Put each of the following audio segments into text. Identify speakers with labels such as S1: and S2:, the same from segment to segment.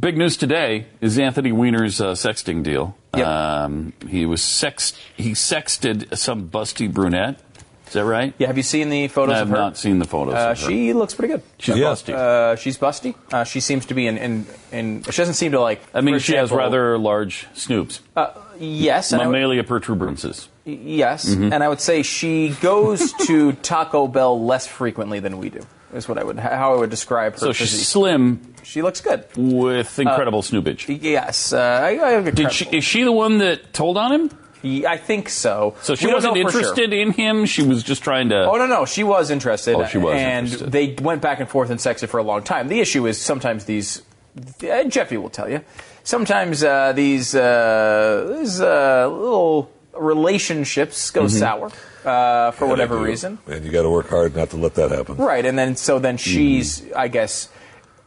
S1: Big news today is Anthony Weiner's uh, sexting deal. Yep. Um, he was sext he sexted some busty brunette. Is that right?
S2: Yeah. Have you seen the photos?
S1: I
S2: of
S1: have
S2: her?
S1: not seen the photos.
S2: Uh,
S1: of her.
S2: She looks pretty good.
S1: She's Yeah. busty.
S2: Uh, she's busty. Uh, she seems to be in, in, in. She doesn't seem to like.
S1: I mean,
S2: for
S1: she has
S2: example-
S1: rather large snoops,
S2: Uh, yes. and I would-
S1: mammalia protuberances.
S2: Yes,
S1: Mhm.
S2: and I would say she goes to Taco Bell less frequently than we do. Is what I would how I would describe her.
S1: So she's
S2: physique.
S1: slim
S2: She looks good.
S1: with incredible snoopage.
S2: Yes, uh, I, I have a
S1: Did she, is she the one that told on him?
S2: Ye- I think so.
S1: So she
S2: We don't
S1: wasn't
S2: know for sure.
S1: interested in him. She was just trying to.
S2: Oh no, no, she was interested.
S1: Oh, she was
S2: and
S1: interested.
S2: they went back and forth and sexted for a long time. The issue is sometimes these. Uh, Jeffy will tell you. Sometimes uh, these uh, these uh, little relationships go
S1: Mm-hmm.
S2: sour uh, for
S3: Yeah, they
S2: whatever
S3: do.
S2: reason.
S3: And you got to work hard not to let that happen.
S2: Right, and then so
S3: Mm-hmm.
S2: then she's I guess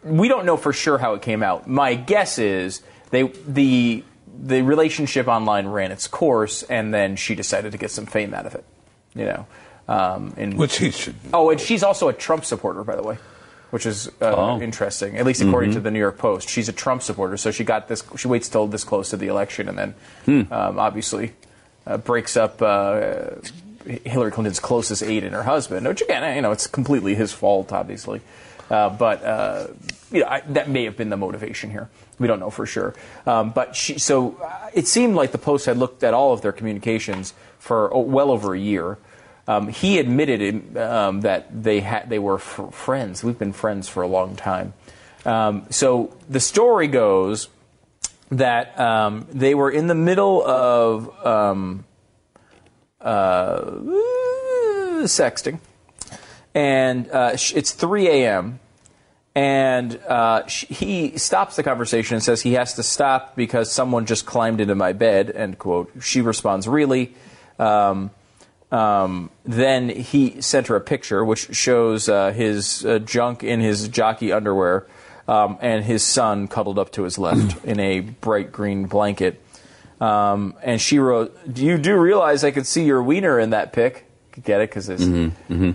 S2: we don't know for sure how it came out. My guess is they the the relationship online ran its course, and then she decided to get some fame out of it. You know, um, and
S3: Which he should.
S2: oh, and she's also a Trump supporter, by the way. Which is uh,
S1: Oh.
S2: interesting, at least according
S1: Mhm.
S2: to
S3: Mm-hmm.
S2: the New York Post. She's a Trump supporter, so she got this. She waits till this close to the election, and then
S3: Hmm.
S2: um, obviously uh, breaks up uh, Hillary Clinton's closest aide and her husband, which again, you know, it's completely his fault, obviously. Uh, but uh, you know, I, that may have been the motivation here. We don't know for sure. Um, but she, so uh, it seemed like the Post had looked at all of their communications for oh, well over a year. Um, he admitted um, that they had they were f- friends. We've been friends for a long time. Um, so the story goes that um, they were in the middle of um, uh, sexting, and uh, sh- it's 3 a.m. And uh, sh- he stops the conversation and says he has to stop because someone just climbed into my bed. End quote. She responds, "Really." Um, um, then he sent her a picture which shows uh, his uh, junk in his jockey underwear um, and his son cuddled up to his left in a bright green blanket. Um, and she wrote, "You do realize I could see your wiener in that pic? Get it? Because kid would
S1: Mm-hmm,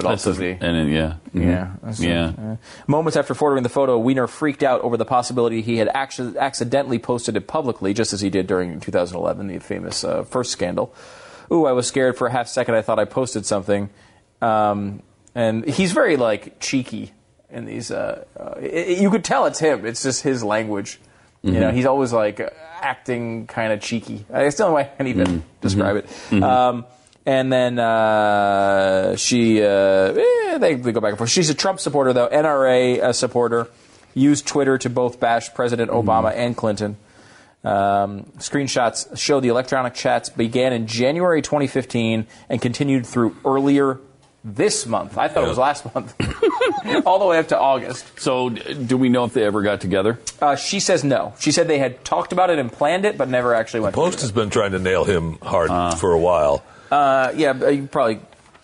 S1: That's
S2: also
S1: a-
S2: be-
S1: And then, yeah. Mhm.
S2: Yeah, that's- uh,
S1: yeah.
S2: Moments after forwarding the photo, Wiener freaked out over the possibility he had actually accidentally posted it publicly, just as he did during 2011, the famous uh, first scandal. Ooh, I was scared for a half second. I thought I posted something. Um, and he's very like cheeky in these. Uh, uh, i- i you could tell it's him. It's just his language. You know,
S1: Mhm.
S2: he's always like acting kind of cheeky. I guess the only way I can even describe it. Um, and then uh, she, uh, eh, they, they go back and forth. She's a Trump supporter, though, NRA uh, supporter, used Twitter to both bash President Obama and Clinton. Um, screenshots show the electronic chats began in January 2015 and continued through earlier this month. I thought it was last month, all the way up to August.
S1: So, d- do we know if they ever got together?
S2: Uh, she says no. She said they had talked about it and planned it, but never actually went.
S3: Post has been trying to nail him hard for a while.
S2: Uh, yeah, but you probably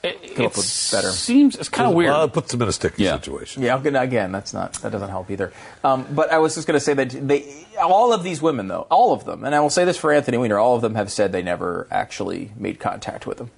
S2: come up with
S1: It
S2: better.
S1: Seems it's kind of weird.
S3: Well, it puts him in a sticky
S1: Yeah.
S3: situation.
S2: Yeah, okay, now again, that's not that doesn't help either. Um, but I was just going to say that they, all of these women, though, all of them, and I will say this for Anthony Weiner, all of them have said they never actually made contact with him.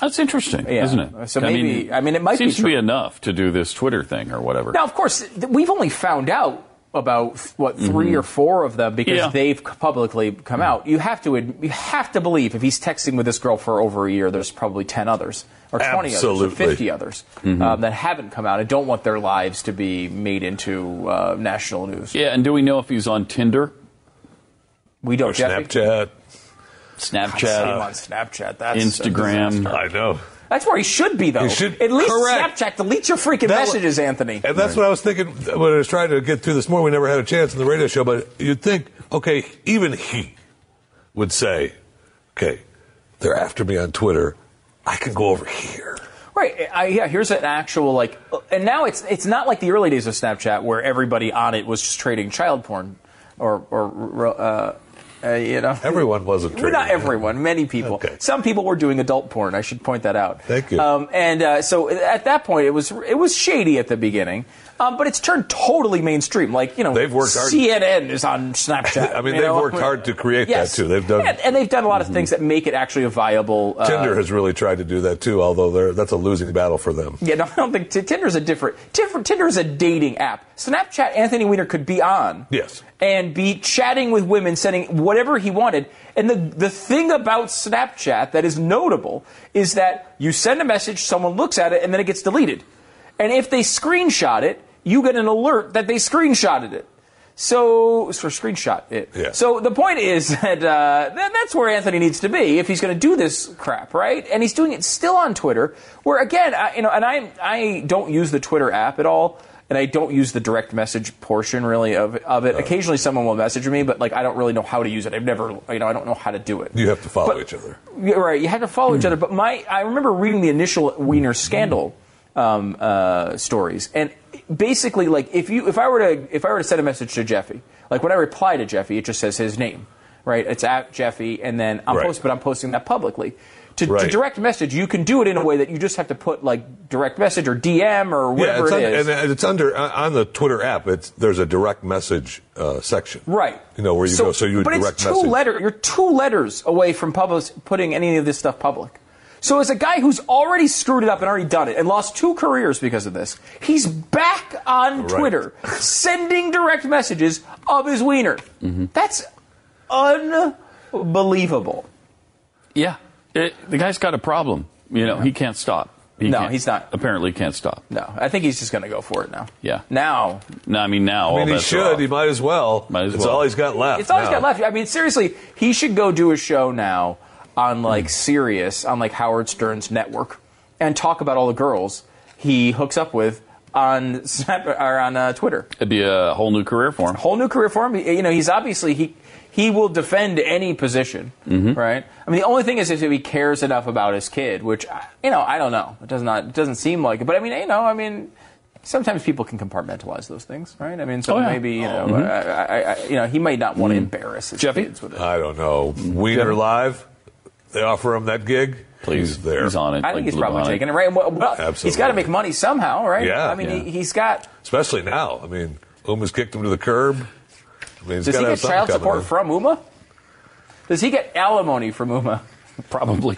S1: That's interesting,
S2: Yeah.
S1: isn't it?
S2: So maybe- I mean, it might be
S1: seems to be
S2: true.
S1: enough to do this Twitter thing or whatever.
S2: Now, of course, th- we've only found out about what 3
S3: Mm-hmm.
S2: or four of them because
S1: Yeah.
S2: they've c- publicly come
S3: Mm.
S2: out. You have to ad- you have to believe if he's texting with this girl for over a year, there's probably ten others or twenty others
S3: Absolutely. Mm-hmm.
S2: or fifty others
S1: Mhm.
S2: um, that haven't come out and don't want their lives to be made into uh, national news.
S1: Yeah, and do we know if he's on Tinder,
S2: We don't.
S3: Or
S2: Jeffy?
S3: Snapchat.
S2: Same on
S1: Snapchat,
S2: Snapchat. That's a
S1: Instagram?
S2: disaster.
S3: I know.
S2: That's where he should be, though.
S3: He should-
S2: At least
S3: Correct.
S2: Snapchat delete your freaking
S3: That wa-
S2: messages, Anthony.
S3: And that's what I was thinking when I was trying to get through this morning. We never had a chance in the radio show, but you'd think, okay, even he would say, okay, they're after me on Twitter. I can go over here.
S2: Right. I, yeah. Here's an actual like, and now it's it's not like the early days of Snapchat where everybody on it was just trading child porn, or or uh, uh, you know.
S3: Everyone wasn't
S2: Well,
S3: trading.
S2: Not everyone. Many people.
S3: Okay.
S2: Some people were doing adult porn. I should point that out.
S3: Thank you.
S2: Um, and uh, so at that point, it was it was shady at the beginning, um, but it's turned totally mainstream. Like you know,
S3: They've worked hard.
S2: CNN is on Snapchat.
S3: I mean,
S2: you
S3: they've
S2: know?
S3: worked hard to create
S2: Yes.
S3: that too. They've done. Mm-hmm.
S2: and, and they've done a lot of things that make it actually a viable. Uh,
S3: Tinder has really tried to do that too, although they're, that's a losing battle for them.
S2: Yeah, no, I don't think t- Tinder is a different. Tinder, Tinder is a dating app. Snapchat, Anthony Weiner could be on.
S3: Yes.
S2: And be chatting with women, sending whatever he wanted. And the, the thing about Snapchat that is notable is that you send a message, someone looks at it, and then it gets deleted. And if they screenshot it, you get an alert that they screenshotted it. So, so screenshot it.
S3: Yeah.
S2: So the point is that uh, th- that's where Anthony needs to be if he's going to do this crap, right? And he's doing it still on Twitter, where again, I, you know, and I I don't use the Twitter app at all, and I don't use the direct message portion really of of it. Occasionally, someone will message me, but like I don't really know how to use it. I've never, you know, I don't know how to do it.
S3: You have to follow
S2: But-
S3: each other.
S2: Yeah, right. You had to follow each other. But my, I remember reading the initial Wiener scandal um, uh, stories, and basically, like if you, if I were to, if I were to send a message to Jeffy, like when I reply to Jeffy, it just says his name, right? It's at Jeffy, and then I'm
S3: Right.
S2: post, but I'm posting that publicly. To, to
S3: Right.
S2: direct message, you can do it in a way that you just have to put like direct message or DM or whatever
S3: it's
S2: it
S3: un-
S2: is.
S3: and it's under on- on the Twitter app. It's there's a direct message uh, section,
S2: Right.
S3: You know where you go, so you would
S2: but
S3: direct
S2: it's two
S3: message.
S2: letter. You're two letters away from public, putting any of this stuff public. So as a guy who's already screwed it up and already done it and lost two careers because of this, he's back on
S3: Right.
S2: Twitter sending direct messages of his wiener.
S3: Mm-hmm.
S2: That's unbelievable.
S1: Yeah, It- the guy's got a problem. You know, he can't stop. He
S2: No,
S1: can't-
S2: he's not.
S1: Apparently, can't stop.
S2: No, I think he's just going to go for it now.
S1: Yeah.
S2: Now
S1: No, I mean now.
S3: I mean,
S1: all
S3: he
S1: bets are
S3: should.
S1: off.
S3: He might as well.
S1: Might as
S3: it's
S1: well.
S3: all he's got left.
S2: It's all he's
S3: now.
S2: got left. I mean, seriously, he should go do a show now on
S1: Hmm.
S2: like Sirius, on like Howard Stern's network, and talk about all the girls he hooks up with on Snap or on uh, Twitter.
S1: It'd be a whole new career for him.
S2: Whole new career for him. He- You know, he's obviously he he will defend any position,
S1: Mm-hmm.
S2: right? I mean, the only thing is if he cares enough about his kid, which I- you know, I don't know. It does not it doesn't seem like it, but I mean, you know, I mean. Sometimes people can compartmentalize those things, right? I mean, so
S1: Oh, yeah.
S2: maybe you know, I, I, I, you know, he might not want to embarrass his
S1: Jeffy?
S2: kids with it.
S3: I don't know. Wiener Live. They offer him that gig.
S1: Please,
S3: he's there.
S1: He's on it.
S2: I
S1: like
S2: think he's
S1: glue
S2: probably
S1: on
S2: taking it, right? Well, well, He's
S3: Absolutely.
S2: got to make money somehow, right?
S3: Yeah.
S2: I mean,
S3: Yeah.
S2: He, he's got.
S3: especially now. I mean, Uma's kicked him to the curb. I mean, he's
S2: Does
S3: gotta
S2: he
S3: have
S2: get
S3: something
S2: child
S3: coming
S2: support
S3: in.
S2: from UMA? Does he get alimony from UMA?
S1: Probably.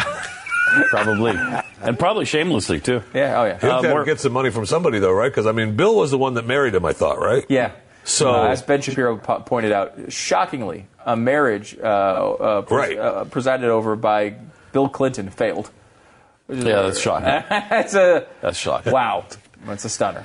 S1: probably. And probably shamelessly, too.
S2: Yeah. Oh yeah.
S3: He'll have to
S1: more-
S3: get some money from somebody though, right? Because I mean, Bill was the one that married him. I thought, right?
S2: yeah.
S3: So-
S2: Uh, as Ben Shapiro po- pointed out, shockingly, a marriage uh, uh, pres-
S3: Right.
S2: uh, presided over by Bill Clinton failed.
S1: Yeah, that's shocking.
S2: That's a
S1: That's shocking.
S2: wow. That's a stunner.